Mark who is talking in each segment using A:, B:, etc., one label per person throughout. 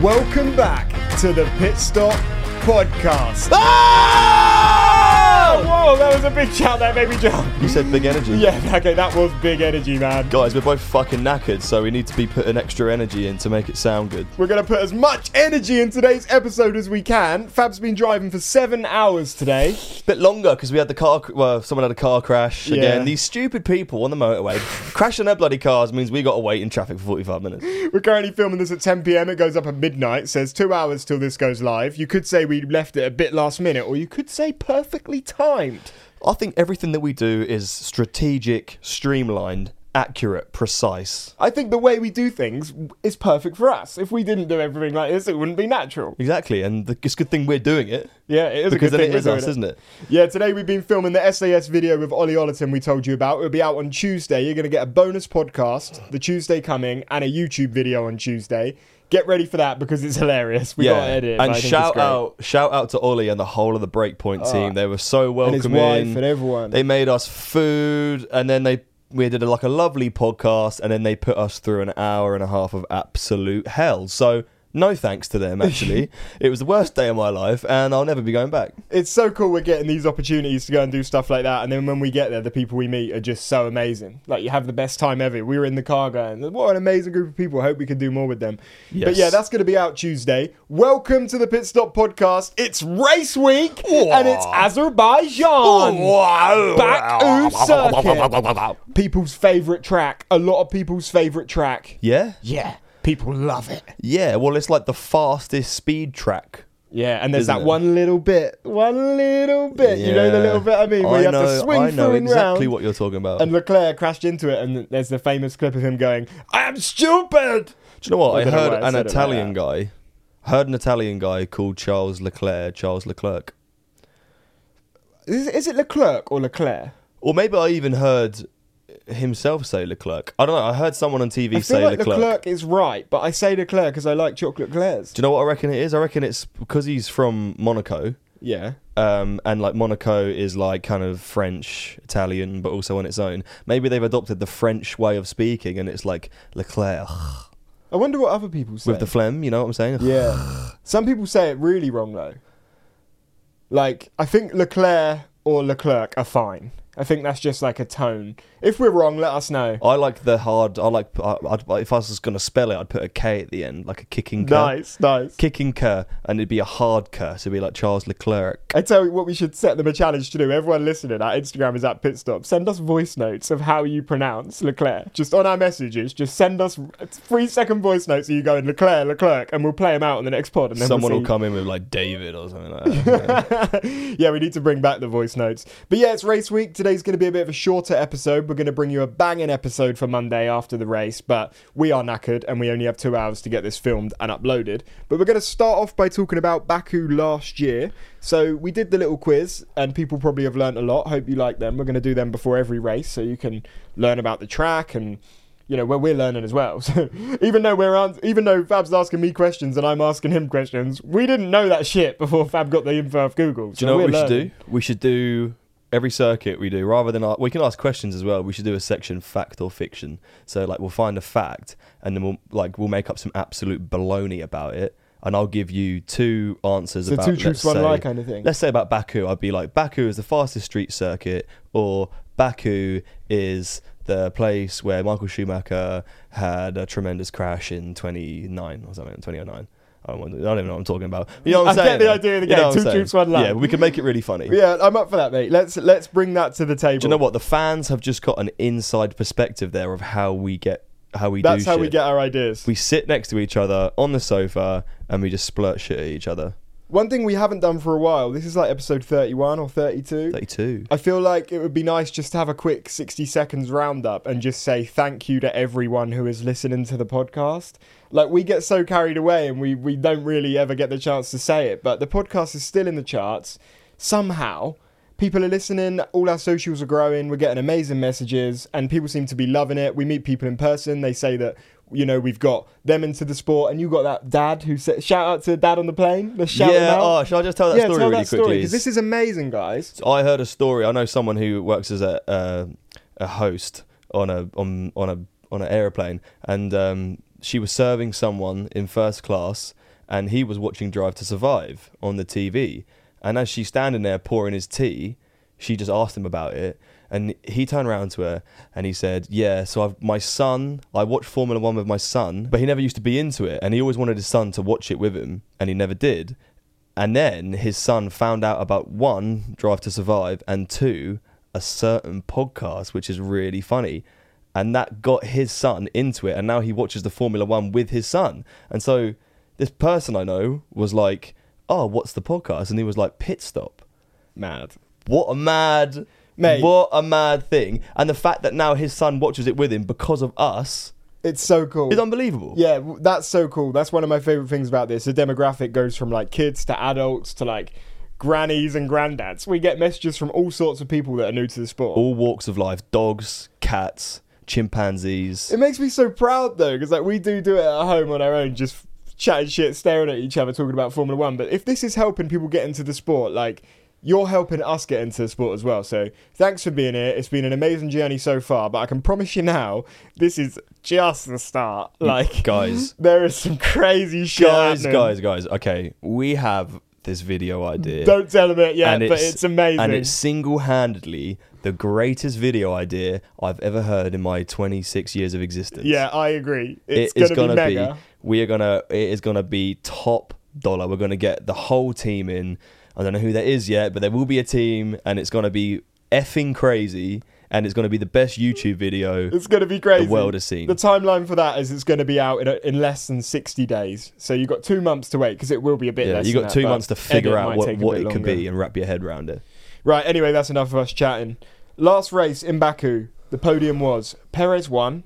A: Welcome back to the Pit Stop Podcast. Whoa, that was a big shout there, baby John.
B: You said big energy.
A: Yeah, okay, that was big energy, man.
B: Guys, we're both fucking knackered, so we need to be putting extra energy in to make it sound good.
A: We're going to put as much energy in today's episode as we can. Fab's been driving for seven hours today.
B: It's a bit longer because we had the car. cr- Well, someone had a car crash
A: Yeah.
B: again. These stupid people on the motorway crashing their bloody cars means we got to wait in traffic for 45 minutes.
A: We're currently filming this at 10 pm. It goes up at midnight. Says two hours till this goes live. You could say we left it a bit last minute, or you could say perfectly timed.
B: I think everything that we do is strategic, streamlined, accurate, precise.
A: I think the way we do things is perfect for us. If we didn't do everything like this, it wouldn't be natural.
B: Exactly, and the, it's a good thing we're doing it
A: Yeah, it is
B: because
A: a
B: then
A: good thing
B: it
A: we're
B: is
A: doing
B: us, isn't it?
A: Yeah, today we've been filming the SAS video with Ollie Ollerton we told you about. It'll be out on Tuesday. You're going to get a bonus podcast, the Tuesday coming, and a YouTube video on Tuesday. Get ready for that because it's hilarious. We got to edit. it, but I
B: and
A: think it's
B: shout
A: great.
B: out, shout out to Ollie and the whole of the Breakpoint team. They were so welcoming.
A: his wife and everyone.
B: They made us food, and then they we did a, like a lovely podcast, and then they put us through an hour and a half of absolute hell. So. No thanks to them, actually. it was the worst day of my life, and I'll never be going back.
A: It's so cool we're getting these opportunities to go and do stuff like that. And then when we get there, the people we meet are just so amazing. Like, you have the best time ever. We were in the car going, what an amazing group of people. I hope we can do more with them. But
B: Yes.
A: yeah, that's going to be out Tuesday. Welcome to the Pit Stop Podcast. It's race week and it's
B: Oh,
A: Azerbaijan. Baku circuit. People's favorite track. A lot of people's favorite track.
B: Yeah?
A: Yeah. People love it.
B: Yeah, well, it's like the fastest speed track.
A: Yeah, and there's
B: Isn't
A: that
B: it?
A: one little bit, one little bit. You know the
B: Yeah.
A: little bit I mean, where you have
B: know,
A: to swing
B: I know
A: through and
B: exactly
A: round.
B: what you're talking about.
A: and Leclerc crashed into it, and there's the famous clip of him going, "I am stupid."
B: Do you know what?
A: I
B: I,
A: don't know
B: heard
A: why I
B: an
A: said it like
B: Italian guy. Heard an Italian guy called Charles Leclerc. Charles Leclerc.
A: Is, is it Leclerc or Leclerc?
B: Or maybe I even heard himself say Leclerc. I don't know. I heard someone on
A: I
B: TV
A: feel
B: say
A: like Leclerc.
B: Leclerc.
A: is right, but I say Leclerc because I like chocolate Leclerc's.
B: Do you know what I reckon it is? I reckon it's because he's from Monaco.
A: Yeah,
B: Um, and like Monaco is like kind of French, Italian, but also on its own. Maybe they've adopted the French way of speaking, and it's like Leclerc
A: I wonder what other people say.
B: with the phlegm. You know what I'm saying?
A: yeah, some people say it really wrong though. Like I think Leclerc or Leclerc are fine. I think that's just like a tone. If we're wrong, let us know.
B: I like the hard. I like. I, I'd, if I was gonna spell it, I'd put a K at the end, like a kicking. K.
A: Nice, nice.
B: kicking cur, and it'd be a hard cur, so it'd be like Charles Leclerc.
A: I tell you what, we should set them a challenge to do. Everyone listening, our Instagram is at pit stop. Send us voice notes of how you pronounce Leclerc. Just on our messages, just send us three second voice notes of you going Leclerc, Leclerc, and we'll play them out on the next pod. And then
B: Someone
A: we'll
B: will
A: see-
B: come in with like David or something like that.
A: yeah, we need to bring back the voice notes. But yeah, it's race week. Today's going to be a bit of a shorter episode. We're going to bring you a banging episode for Monday after the race, but we are knackered and we only have two hours to get this filmed and uploaded. But we're going to start off by talking about Baku last year. So we did the little quiz, and people probably have learnt a lot. Hope you like them. We're going to do them before every race so you can learn about the track and you know, where we're learning as well. So even though we're ans- even though Fab's asking me questions and I'm asking him questions, we didn't know that shit before Fab got the info off Google.
B: do you know what we should do? We should do every circuit we do, rather than we can ask questions as well. We should do a section fact or fiction. So like we'll find a fact, and then we'll like we'll make up some absolute baloney about it. And I'll give you two answers
A: So
B: about
A: two truths, one
B: let's say-
A: lie kind of thing.
B: Let's say about Baku, I'd be like Baku is the fastest street circuit, or Baku is the place where Michael Schumacher had a tremendous crash in 29 or something, 2009. I don't, know, I don't even know what I'm talking about. You know what I'm
A: I
B: saying?
A: get the
B: though?
A: idea of the
B: You know
A: game.
B: what I'm
A: Two
B: saying?
A: troops, one lamp.
B: Yeah, we could make it really funny.
A: Yeah, I'm up for that, mate. Let's let's bring that to the table.
B: Do you know what? The fans have just got an inside perspective there of how we get how we
A: That's
B: do
A: how we
B: shit.
A: get our ideas.
B: We sit next to each other on the sofa and we just splurt shit at each other.
A: One thing we haven't done for a while. This is like episode 31 or 32.
B: 32.
A: I feel like it would be nice just to have a quick 60 seconds roundup and just say thank you to everyone who is listening to the podcast. Like, we get so carried away and we, we don't really ever get the chance to say it, but the podcast is still in the charts somehow. People are listening, all our socials are growing, we're getting amazing messages, and people seem to be loving it. We meet people in person, they say that. You know, we've got them into the sport, and you got that dad who said, Shout out to dad on the plane. Let's shout him
B: yeah,
A: out.
B: oh, shall I just tell that
A: yeah,
B: story
A: tell
B: really
A: that story
B: quickly?
A: because this is amazing, guys.
B: So I heard a story. I know someone who works as a uh, a host on a on on a on an airplane, and um, she was serving someone in first class, and he was watching Drive to Survive on the TV, and as she's standing there pouring his tea, she just asked him about it. And he turned around to her and he said, "Yeah, so I've, my son, I watched Formula One with my son, but he never used to be into it, and he always wanted his son to watch it with him, and he never did. And then his son found out about one, Drive to Survive, and two, a certain podcast, which is really funny. And that got his son into it. And now he watches the Formula One with his son. And so this person I know was like, Oh, what's the podcast? And he was like, Pit Stop.
A: Mad.
B: What a mad,
A: Mate.
B: what a mad thing. And the fact that now his son watches it with him because of us
A: It's so cool.
B: is unbelievable.
A: Yeah, w- that's so cool. That's one of my favorite things about this. The demographic goes from like kids to adults to like grannies and granddads. We get messages from all sorts of people that are new to the sport.
B: All walks of life dogs, cats, chimpanzees.
A: It makes me so proud though, because like we do do it at home on our own, just chatting shit, staring at each other, talking about Formula One. But if this is helping people get into the sport, like you're helping us get into the sport as well. So thanks for being here. It's been an amazing journey so far, but I can promise you now, this is just the start. Like
B: guys.
A: there is some crazy shit.
B: guys,
A: happening.
B: guys, guys. Okay, we have this video idea.
A: Don't tell them it yet, but it's amazing.
B: And it's single-handedly the greatest video idea I've ever heard in my 26 years of existence.
A: yeah, I agree.
B: It
A: It's
B: is
A: gonna, be mega.
B: We are gonna. It is gonna be top dollar. We're gonna get the whole team in. I don't know who that is yet, but there will be a team, and it's gonna be effing crazy, and it's gonna be the best YouTube video.
A: It's going to be crazy.
B: world has seen.
A: The timeline for that is it's going to be out in, a, in less than 60 days. So you've got two months to wait because it will be a bit
B: yeah,
A: less.
B: you
A: than
B: got
A: that,
B: two
A: but
B: months to figure
A: edit
B: out
A: might
B: what,
A: take a
B: what
A: bit
B: it could
A: longer.
B: be and wrap your head around it.
A: Right, anyway, that's enough of us chatting. Last race in Baku, the podium was Perez won,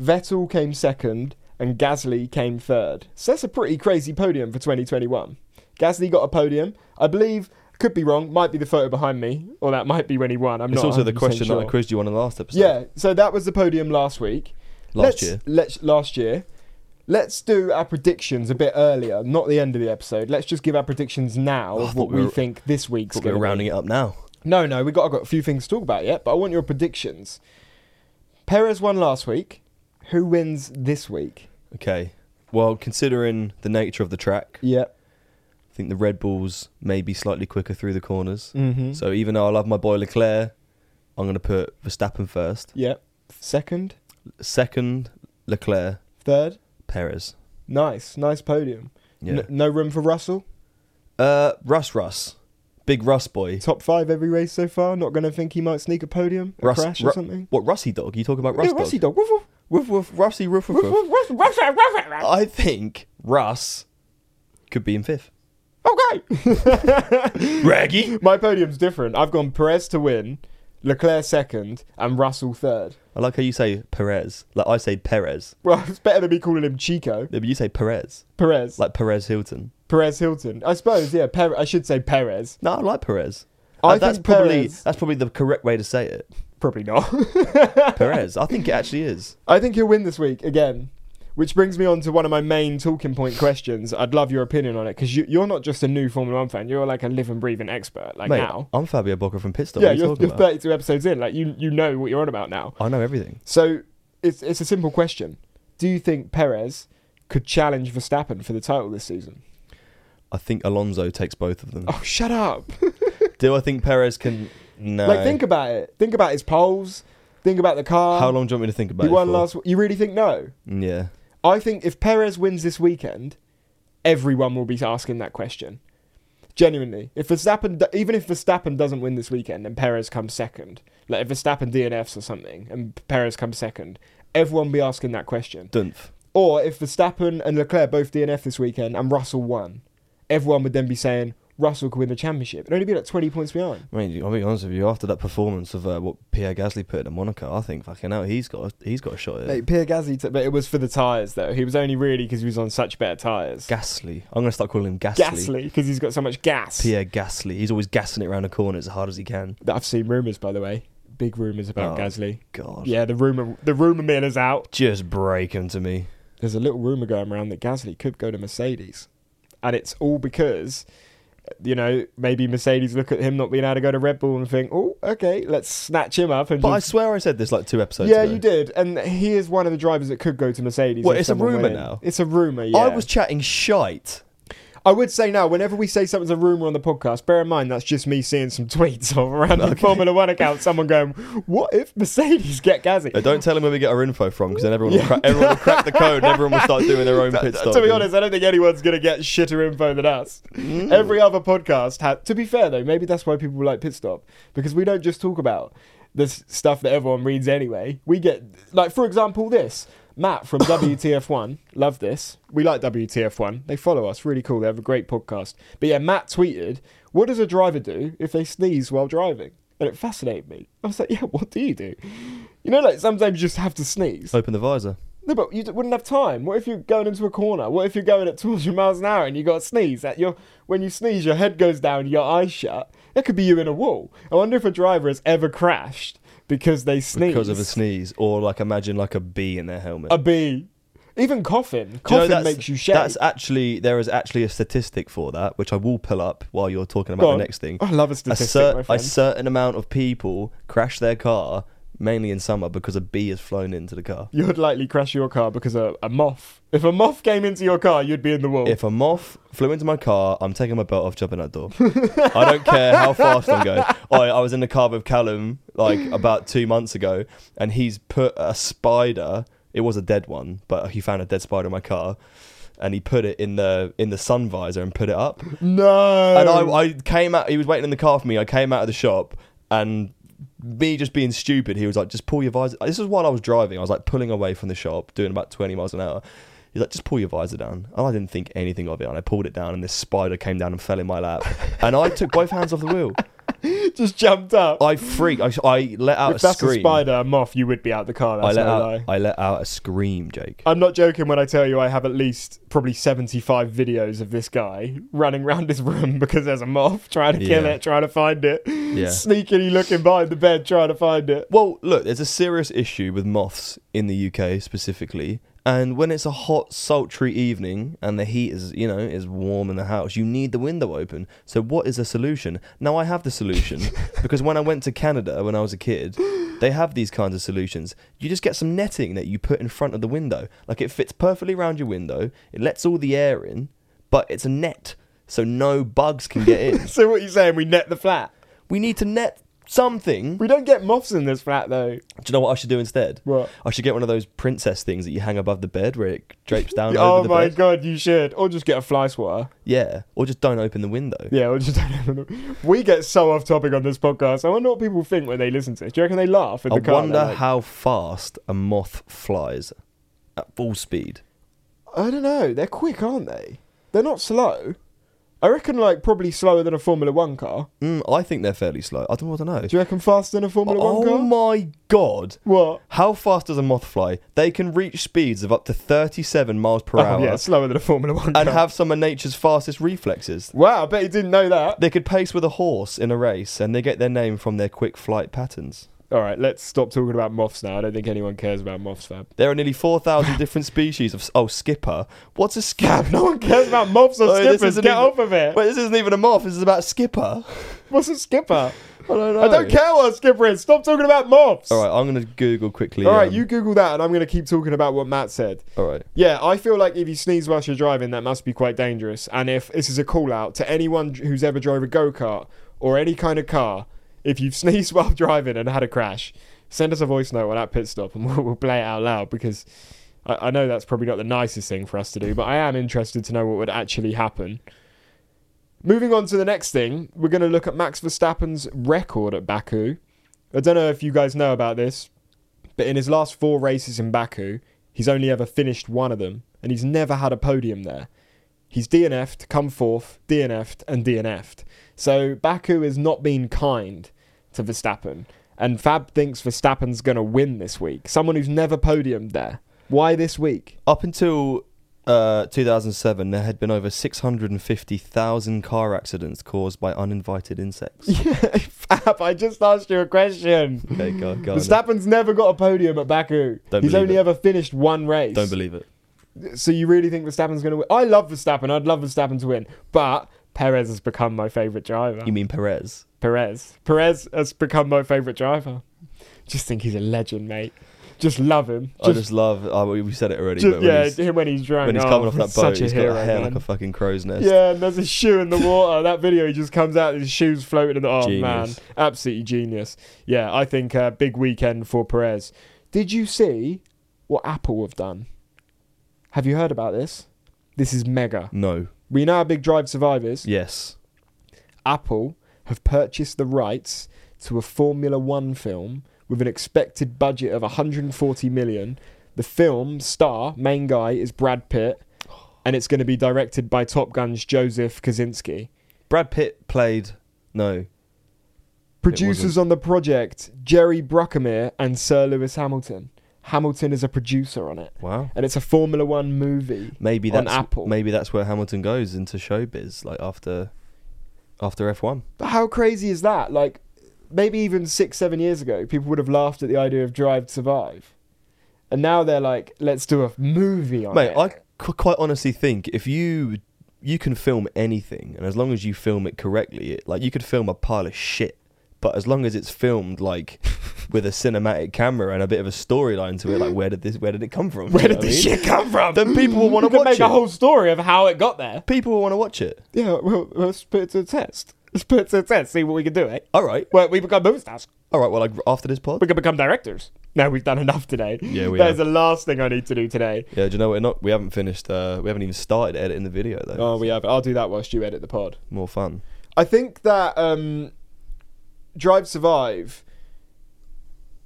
A: Vettel came second, and Gasly came third. So that's a pretty crazy podium for 2021. Gasly got a podium. I believe, could be wrong, might be the photo behind me, or that might be when he won. I'm
B: It's
A: not
B: also the
A: 100%
B: question
A: sure.
B: that I quizzed you on in the last episode.
A: Yeah, so that was the podium last week.
B: Last
A: let's,
B: year.
A: Let's, last year. Let's do our predictions a bit earlier, not the end of the episode. Let's just give our predictions now
B: Oh, I
A: of
B: thought
A: what
B: we
A: we
B: were-
A: think this week's
B: But
A: going
B: we're
A: to
B: rounding it up now.
A: No, no, we got I've got a few things to talk about yet, but I want your predictions. Perez won last week. Who wins this week?
B: Okay. Well, considering the nature of the track, I
A: Yeah.
B: think the Red Bulls may be slightly quicker through the corners.
A: Mm-hmm.
B: So even though I love my boy Leclerc, I'm going to put Verstappen first.
A: yeah. Second,
B: Second, Leclerc,
A: third.
B: Perez.
A: Nice, nice podium.
B: Yeah.
A: N- no room for Russell.
B: uh, Russ Russ. Big Russ boy.
A: Top five every race so far. Not going to think he might sneak a podium, a
B: Russ,
A: crash or
B: Ru-
A: something.
B: What, Russie dog? you talking about Russ
A: Yeah,
B: dog?
A: Rusty dog. Woof, woof.
B: Woof, woof, Russie, woof, woof, woof. I think Russ could be in fifth.
A: Okay.
B: Raggy.
A: My podium's different. I've gone Perez to win, Leclerc second, and Russell third.
B: I like how you say Perez. Like I say Perez.
A: Well, it's better than me calling him Chico.
B: Yeah, but you say Perez.
A: Perez.
B: Like Perez Hilton.
A: Perez Hilton. I suppose, yeah, Per- I should say Perez.
B: No, I like Perez.
A: I
B: That- that's
A: think
B: probably
A: Perez-
B: that's probably the correct way to say it.
A: Probably not.
B: Perez. I think it actually is.
A: I think he'll win this week again. Which brings me on to one of my main talking point questions. I'd love your opinion on it because you, you're not just a new Formula One fan. You're like a living, breathing expert. Like
B: Mate,
A: now,
B: I'm Fabio Bocca from Pitstop.
A: yeah,
B: what are you
A: you're,
B: talking
A: you're
B: about?
A: 32 episodes in. Like you, you know what you're on about now.
B: I know everything.
A: So it's it's a simple question. Do you think Perez could challenge Verstappen for the title this season?
B: I think Alonso takes both of them.
A: Oh, shut up!
B: Do I think Perez can? No.
A: Like, think about it. Think about his poles. Think about the car.
B: How long do you want me to think about
A: He
B: it?
A: won
B: for? Mm,
A: last. You really think no?
B: Yeah.
A: I think if Perez wins this weekend, everyone will be asking that question. Genuinely, if Verstappen, do- even if Verstappen doesn't win this weekend and Perez comes second, like if Verstappen DNFs or something and Perez comes second, everyone will be asking that question.
B: Dunf.
A: Or if Verstappen and Leclerc both DNF this weekend and Russell won, everyone would then be saying Russell could win the championship. It'd only be like twenty points behind.
B: I mean, I'll be honest with you. After that performance of uh, what Pierre Gasly put in Monaco, I think fucking hell, he's got a, he's got a shot at it.
A: Mate, Pierre Gasly, t- but it was for the tyres though. He was only really because he was on such better tyres.
B: Gasly. I'm gonna start calling him Gasly.
A: Gasly, because he's got so much gas.
B: Pierre Gasly. He's always gassing it around the corner as hard as he can.
A: That I've seen rumours, by the way. Big rumours about
B: Oh,
A: Gasly.
B: God.
A: Yeah, the rumour the rumour mill is out.
B: Just break him to me.
A: There's a little rumour going around that Gasly could go to Mercedes. And it's all because, you know, maybe Mercedes look at him not being able to go to Red Bull and think, oh, okay, let's snatch him up. And
B: But I
A: just-
B: swear I said this like two episodes
A: yeah,
B: ago.
A: you did. And he is one of the drivers that could go to Mercedes.
B: Well,
A: if
B: it's a
A: someone went
B: rumour
A: in.
B: now.
A: It's a rumour, yeah.
B: I was chatting shite.
A: I would say now, whenever we say something's a rumor on the podcast, bear in mind that's just me seeing some tweets of around the Formula One account, someone going, "What if Mercedes get Gazzy?"
B: Uh, don't tell him where we get our info from because then everyone, will cra- everyone will crack the code and everyone will start doing their own pit stop.
A: to be honest, I don't think anyone's going to get shitter info than us.
B: Mm.
A: Every other podcast had. To be fair though, maybe that's why people like Pit Stop because we don't just talk about this stuff that everyone reads anyway. We get like, for example, this. Matt from WTF1, love this. We like WTF1. They follow us, really cool. They have a great podcast. But yeah, Matt tweeted, What does a driver do if they sneeze while driving? And it fascinated me. I was like, Yeah, what do you do? You know, like sometimes you just have to sneeze.
B: Open the visor.
A: No, but you d- wouldn't have time. What if you're going into a corner? What if you're going at 200 miles an hour and you got to sneeze? That your when you sneeze, your head goes down, your eyes shut. That could be you in a wall. I wonder if a driver has ever crashed because they sneeze.
B: Because of a sneeze, or like imagine like a bee in their helmet.
A: A bee, even coughing.
B: Do you know
A: Coughing
B: that's-
A: makes you shake.
B: That's actually there is actually a statistic for that, which I will pull up while you're talking
A: Go
B: about the
A: on.
B: next thing.
A: I love a statistic,
B: cer-
A: my
B: a
A: friend.
B: certain amount of people crash their car mainly in summer because a bee has flown into the car.
A: you would likely crash your car because a, a moth. If a moth came into your car, you'd be in the wall.
B: If a moth flew into my car, I'm taking my belt off, jumping that door. I don't care how fast I'm going. I, I was in the car with Callum like about two months ago, and he's put a spider. It was a dead one, but he found a dead spider in my car, and he put it in the in the sun visor and put it up.
A: no.
B: And I, I came out. He was waiting in the car for me. I came out of the shop, and me just being stupid, he was like, "Just pull your visor." This is while I was driving. I was like pulling away from the shop, doing about twenty miles an hour. He's like, "Just pull your visor down." And I didn't think anything of it. And I pulled it down, and this spider came down and fell in my lap. and I took both hands off the wheel.
A: just jumped up.
B: I freaked. I, I let out
A: if
B: a
A: that's
B: scream.
A: a spider, a moth, you would be out the car. That's
B: I let
A: no
B: out.
A: lie.
B: I let out a scream, Jake.
A: I'm not joking when I tell you I have at least probably 75 videos of this guy running around his room because there's a moth trying to kill
B: Yeah.
A: it, trying to find it,
B: Yeah.
A: sneakily looking behind the bed trying to find it.
B: Well, look, there's a serious issue with moths in the UK specifically. And when it's a hot, sultry evening and the heat is, you know, is warm in the house, you need the window open. So what is the solution? Now I have the solution because when I went to Canada when I was a kid, they have these kinds of solutions. You just get some netting that you put in front of the window. Like it fits perfectly around your window. It lets all the air in, but it's a net so no bugs can get in.
A: So what are you saying? We net the flat.
B: we need to net something.
A: We don't get moths in this flat though.
B: Do you know what I should do instead?
A: What?
B: I should get one of those princess things that you hang above the bed where it drapes down
A: oh
B: over the
A: my
B: bed.
A: god, you should. Or just get a fly swatter.
B: Yeah, or just don't open the window.
A: Yeah, or just We get so off topic on this podcast. I wonder what people think when they listen to it. Do you reckon they laugh in
B: I
A: the car?
B: wonder
A: They're like,
B: how fast a moth flies at full speed.
A: I don't know. They're quick, aren't they? They're not slow. I reckon like probably slower than a Formula One car.
B: Mm, I think they're fairly slow. I don't, I don't know.
A: Do you reckon faster than a Formula One
B: Oh
A: car?
B: my god!
A: What?
B: How fast does a moth fly? They can reach speeds of up to 37 miles per
A: Oh,
B: hour
A: yeah, slower than a Formula One
B: and
A: car.
B: have some of nature's fastest reflexes.
A: wow, I bet you didn't know that.
B: They could pace with a horse in a race, and they get their name from their quick flight patterns.
A: All right, let's stop talking about moths now. I don't think anyone cares about moths, Fab.
B: There are nearly 4,000 different species of. Oh, skipper. What's a skipper?
A: No one cares about moths or
B: Oh, this
A: skippers.
B: isn't
A: Get
B: even-
A: off of it.
B: Wait, this isn't even a moth. This is about skipper.
A: What's a skipper?
B: I don't know.
A: I don't care what a skipper is. Stop talking about moths.
B: All right, I'm going to Google quickly.
A: All right,
B: um,
A: you Google that, and I'm going to keep talking about what Matt said.
B: All right.
A: Yeah, I feel like if you sneeze whilst you're driving, that must be quite dangerous. And if this is a call out to anyone who's ever drove a go kart or any kind of car, if you've sneezed while driving and had a crash, send us a voice note on that pit stop and we'll, we'll play it out loud because I, I know that's probably not the nicest thing for us to do, but I am interested to know what would actually happen. Moving on to the next thing, we're going to look at Max Verstappen's record at Baku. I don't know if you guys know about this, but in his last four races in Baku, he's only ever finished one of them, and he's never had a podium there. He's DNF'd, come fourth, DNF'd, and DNF'd. So Baku has not been kind to Verstappen, and Fab thinks Verstappen's going to win this week. Someone who's never podiumed there. Why this week?
B: Up until uh, 2007, there had been over 650,000 car accidents caused by uninvited insects.
A: Fab, I just asked you a question.
B: Okay, go, go. on.
A: Verstappen's never got a podium at Baku.
B: Don't
A: He's
B: believe
A: only
B: it.
A: ever finished one race.
B: Don't believe it.
A: So you really think Verstappen's going to win? I love Verstappen. I'd love Verstappen to win, but Perez has become my favorite driver.
B: You mean Perez?
A: Perez. Perez has become my favorite driver. Just think he's a legend, mate. Just love him.
B: I just love. Uh, we we said it already.
A: just-
B: but when
A: yeah,
B: he's,
A: him when he's drunk.
B: when he's
A: oh,
B: coming off that boat,
A: such a
B: he's
A: hero,
B: got hair
A: man.
B: like a fucking crow's nest.
A: Yeah, and there's a shoe in the water. That video he just comes out, his shoes floating in the oh man.
B: Genius.
A: Absolutely genius. Yeah, I think uh, big weekend for Perez. Did you see what Apple have done? Have you heard about this? This is mega.
B: No.
A: We know how big Drive survivors.
B: Yes.
A: Apple have purchased the rights to a Formula One film with an expected budget of 140 million. The film star, main guy, is Brad Pitt, and it's going to be directed by Top Gun's Joseph Kaczynski.
B: Brad Pitt played. No.
A: Producers on the project Jerry Bruckheimer and Sir Lewis Hamilton. Hamilton is a producer on it,
B: Wow.
A: and it's a Formula One movie.
B: Maybe
A: on
B: that's
A: Apple.
B: maybe that's where Hamilton goes into showbiz, like after after F one.
A: But how crazy is that? Like, maybe even six, seven years ago, people would have laughed at the idea of Drive to Survive. And now they're like, let's do a movie on
B: Mate,
A: it.
B: I qu- quite honestly think if you you can film anything, and as long as you film it correctly, it, like you could film a pile of shit, but as long as it's filmed like with a cinematic camera and a bit of a storyline to it, like where did this where did it come from?
A: Where did this shit come from? Then people will
B: wanna
A: to
B: watch
A: make
B: it.
A: a whole story of how it got there.
B: People will want to watch it.
A: Yeah, well, let's put it to the test. Let's put it to the test, see what we can do, eh?
B: All right,
A: Well, we become movie stars.
B: all right. Well, like after this pod,
A: We can become directors. No, we've done enough today.
B: Yeah, we
A: That is
B: have.
A: the last thing I need to do today.
B: yeah. Do you know what? Not we haven't finished. Uh, we haven't even started editing the video though.
A: Oh, we have. I'll do that whilst you edit the pod.
B: More fun.
A: I think that um, Drive Survive,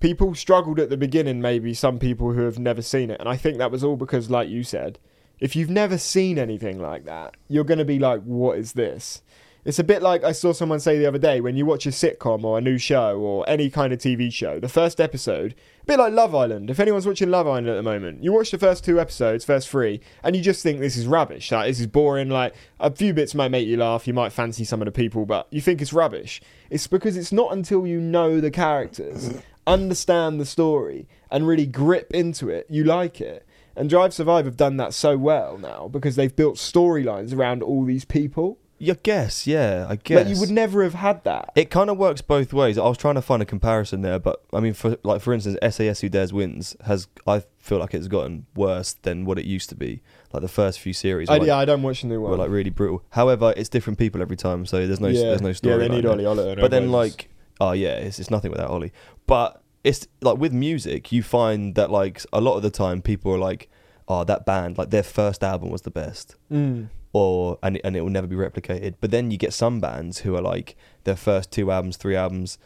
A: people struggled at the beginning, maybe some people who have never seen it. And I think that was all because, like you said, if you've never seen anything like that, you're going to be like, what is this? It's a bit like I saw someone say the other day when you watch a sitcom or a new show or any kind of TV show, the first episode, a bit like Love Island. If anyone's watching Love Island at the moment, you watch the first two episodes, first three, and you just think this is rubbish. Like, this is boring. Like, a few bits might make you laugh. You might fancy some of the people, but you think it's rubbish. It's because it's not until you know the characters, understand the story, and really grip into it, you like it. And Drive Survive have done that so well now because they've built storylines around all these people.
B: I guess, yeah, I guess.
A: Like you would never have had that.
B: it kind of works both ways. I was trying to find a comparison there, but I mean, for like for instance, SAS Who Dares Wins has I feel like it's gotten worse than what it used to be. Like the first few series,
A: I,
B: were, like,
A: Oh, yeah, I don't watch the new
B: were
A: one.
B: like really brutal. However, it's different people every time, so there's no
A: Yeah.
B: there's no
A: Yeah,
B: story.
A: they need Ollie Oliver and
B: But then
A: everyone else.
B: like, oh yeah, it's it's nothing without Ollie. But it's like with music, you find that like a lot of the time people are like, oh that band like their first album was the best
A: Mm.
B: or and and it will never be replicated. But then you get some bands who are like their first two albums, three albums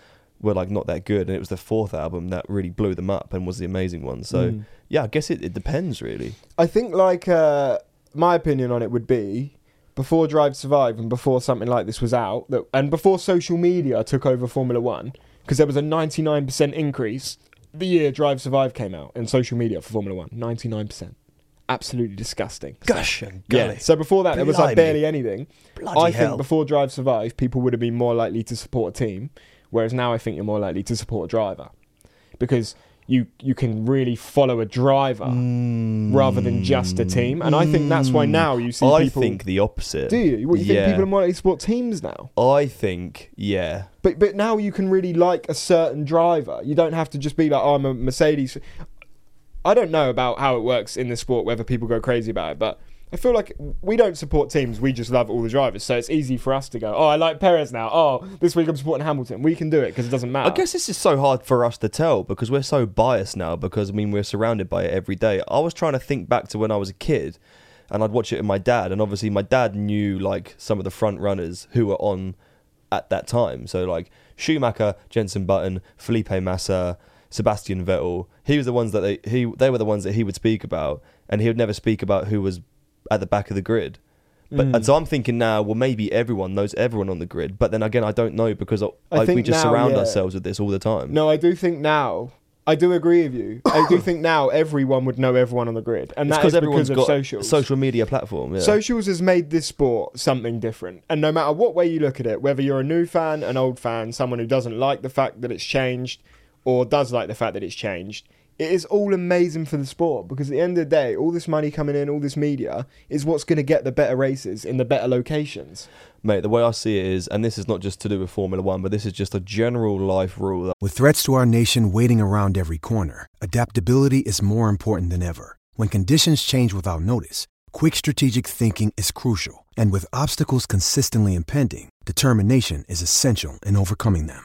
B: were like not that good, and it was the fourth album that really blew them up and was the amazing one. So
A: Hmm.
B: yeah, I guess it, it depends really.
A: I think like uh, my opinion on it would be before Drive Survive and before something like this was out, that, and before social media took over Formula One, because there was a 99% increase the year Drive Survive came out in social media for Formula One. 99%. Absolutely disgusting.
B: Gosh and
A: Yeah. So before that, there was like
B: Blimey.
A: barely anything.
B: Bloody
A: I think
B: hell.
A: before Drive Survive, people would have been more likely to support a team, whereas now I think you're more likely to support a driver because you you can really follow a driver rather than just a team, and I think that's why now you see
B: Mm. I
A: people.
B: think the opposite.
A: do you? What, you
B: yeah.
A: think people are more likely to support teams now?
B: I think yeah.
A: But but now you can really like a certain driver. You don't have to just be like, oh, I'm a Mercedes. I don't know about how it works in this sport, whether people go crazy about it, but I I feel like we don't support teams, we just love all the drivers. So it's easy for us to go, oh, I like Perez now. Oh, this week I'm supporting Hamilton. We can do it because it doesn't matter.
B: I guess this is so hard for us to tell because we're so biased now because I mean we're surrounded by it every day. I was trying to think back to when I was a kid and I'd watch it with my dad and obviously my dad knew like some of the front runners who were on at that time. So like Schumacher, Jensen Button, Felipe Massa, Sebastian Vettel, he was the ones that they he they were the ones that he would speak about and he would never speak about who was at the back of the grid. But
A: Mm.
B: and so I'm thinking now, well, maybe everyone knows everyone on the grid. But then again, I don't know because I,
A: I
B: we
A: think
B: just
A: now,
B: surround
A: yeah.
B: ourselves with this all the time.
A: No, I do think now. I do agree with you. I do think now everyone would know everyone on the grid, and
B: It's
A: that is
B: because everyone's
A: because of
B: got
A: socials.
B: social media platform. Yeah.
A: Socials has made this sport something different. And no matter what way you look at it, whether you're a new fan, an old fan, someone who doesn't like the fact that it's changed or does like the fact that it's changed, it is all amazing for the sport because at the end of the day, all this money coming in, all this media is what's going to get the better races in the better locations.
B: Mate, the way I see it is, and this is not just to do with Formula One, but this is just a general life rule that
C: With threats to our nation waiting around every corner, adaptability is more important than ever. When conditions change without notice, quick strategic thinking is crucial. And with obstacles consistently impending, determination is essential in overcoming them.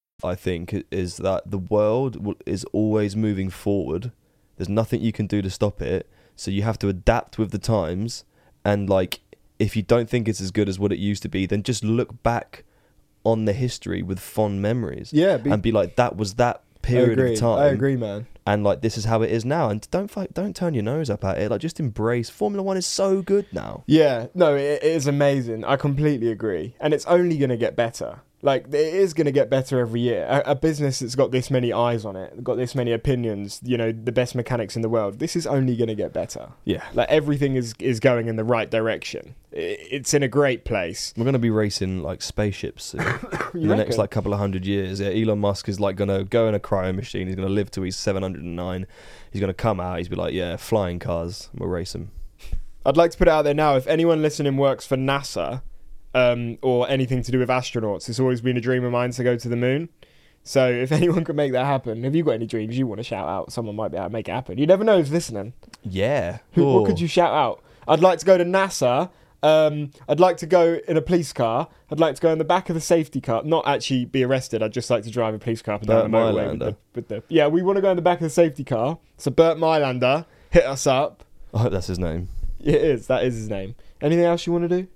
B: I think i- is that the world w- is always moving forward. There's nothing you can do to stop it. So you have to adapt with the times. And like, if you don't think it's as good as what it used to be, then just look back on the history with fond memories.
A: Yeah, be-
B: and be like, that was that period
A: I agree.
B: of time.
A: I agree, man.
B: and like this is how it is now and don't fight, don't turn your nose up at it like just embrace formula 1 is so good now
A: Yeah, no, it, it is amazing. I completely agree. And it's only going to get better. Like, it is going to get better every year. A, a business that's got this many eyes on it, got this many opinions, you know, the best mechanics in the world, this is only going to get better.
B: Yeah.
A: Like, everything is, is going in the right direction. I it's in a great place.
B: we're going to be racing like spaceships soon. in the next
A: reckon?
B: like couple of hundred years yeah, elon musk is like going to go in a cryo machine he's going to live till he's 709 he's going to come out he's be like yeah flying cars we'll race them
A: I'd like to put it out there now if anyone listening works for NASA um, or anything to do with astronauts, it's always been a dream of mine to go to the moon. So if anyone could make that happen, have you got any dreams you want to shout out? Someone might be able to make it happen. You never know who's listening.
B: yeah
A: Who,
B: Ooh.
A: what could you shout out? I'd like to go to NASA. Um, I'd like to go in a police car. I'd like to go in the back of the safety car, not actually be arrested. I'd just like to drive a police car up and down the
B: Burt
A: motorway. With the,
B: Mylander.
A: with the, yeah, we want to go in the back of the safety car. So Bert Mylander, hit us up.
B: i hope that's his name
A: It is. That is his name. Anything else you want to do?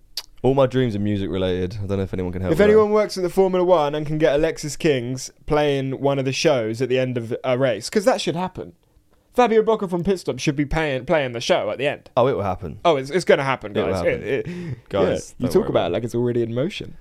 B: all my dreams are music related i don't know if anyone can help
A: If
B: with that.
A: anyone works at the Formula One and can get Alexis Kings playing one of the shows at the end of a race, because that should happen. Fabio Bocca from Pit Stop should be paying, playing the show at the end.
B: oh it will happen
A: Oh, it's, it's going to happen,
B: It'll
A: guys.
B: happen.
A: It- it-
B: Guys,
A: yeah, you
B: don't
A: talk
B: worry
A: about
B: about
A: it
B: it.
A: like it's already in motion.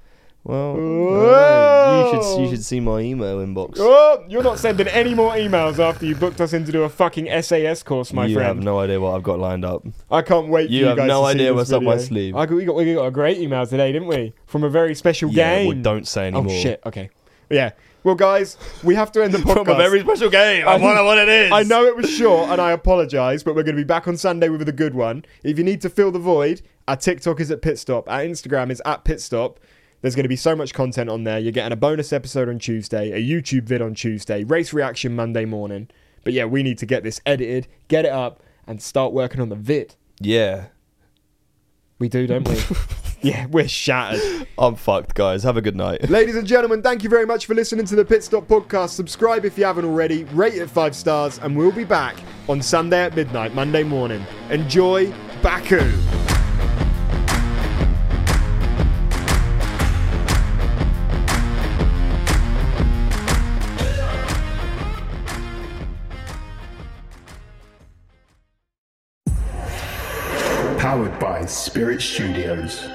B: well I don't know. you should you should see my email inbox
A: Oh, you're not sending any more emails after you booked us in to do a fucking SAS course, my
B: you
A: friend.
B: have no idea what i've got lined up
A: I can't wait.
B: You
A: for you
B: have
A: guys
B: no
A: to see
B: idea
A: this
B: what's up my
A: video.
B: sleeve.
A: I got, we got we got a great email today, didn't we? From a very special
B: Yeah,
A: game.
B: well, don't say
A: Oh
B: anymore.
A: shit. Okay. Yeah. Well, guys, we have to end the podcast.
B: From a very special game. I
A: I-
B: wonder what it is.
A: I know it was short and I apologise, but we're going to be back on Sunday with a good one. If you need to fill the void, our TikTok is at Pitstop, our Instagram is at Pitstop. There's going to be so much content on there. You're getting a bonus episode on Tuesday, a YouTube vid on Tuesday, race reaction Monday morning. But yeah, we need to get this edited, get it up, and start working on the vid.
B: Yeah.
A: We do, don't we? yeah, we're shattered.
B: I'm fucked, guys. Have a good night.
A: Ladies and gentlemen, thank you very much for listening to the Pit Stop Podcast. Subscribe if you haven't already, rate it five stars, and we'll be back on Sunday at midnight, Monday morning. Enjoy Baku.
D: by Spirit Studios.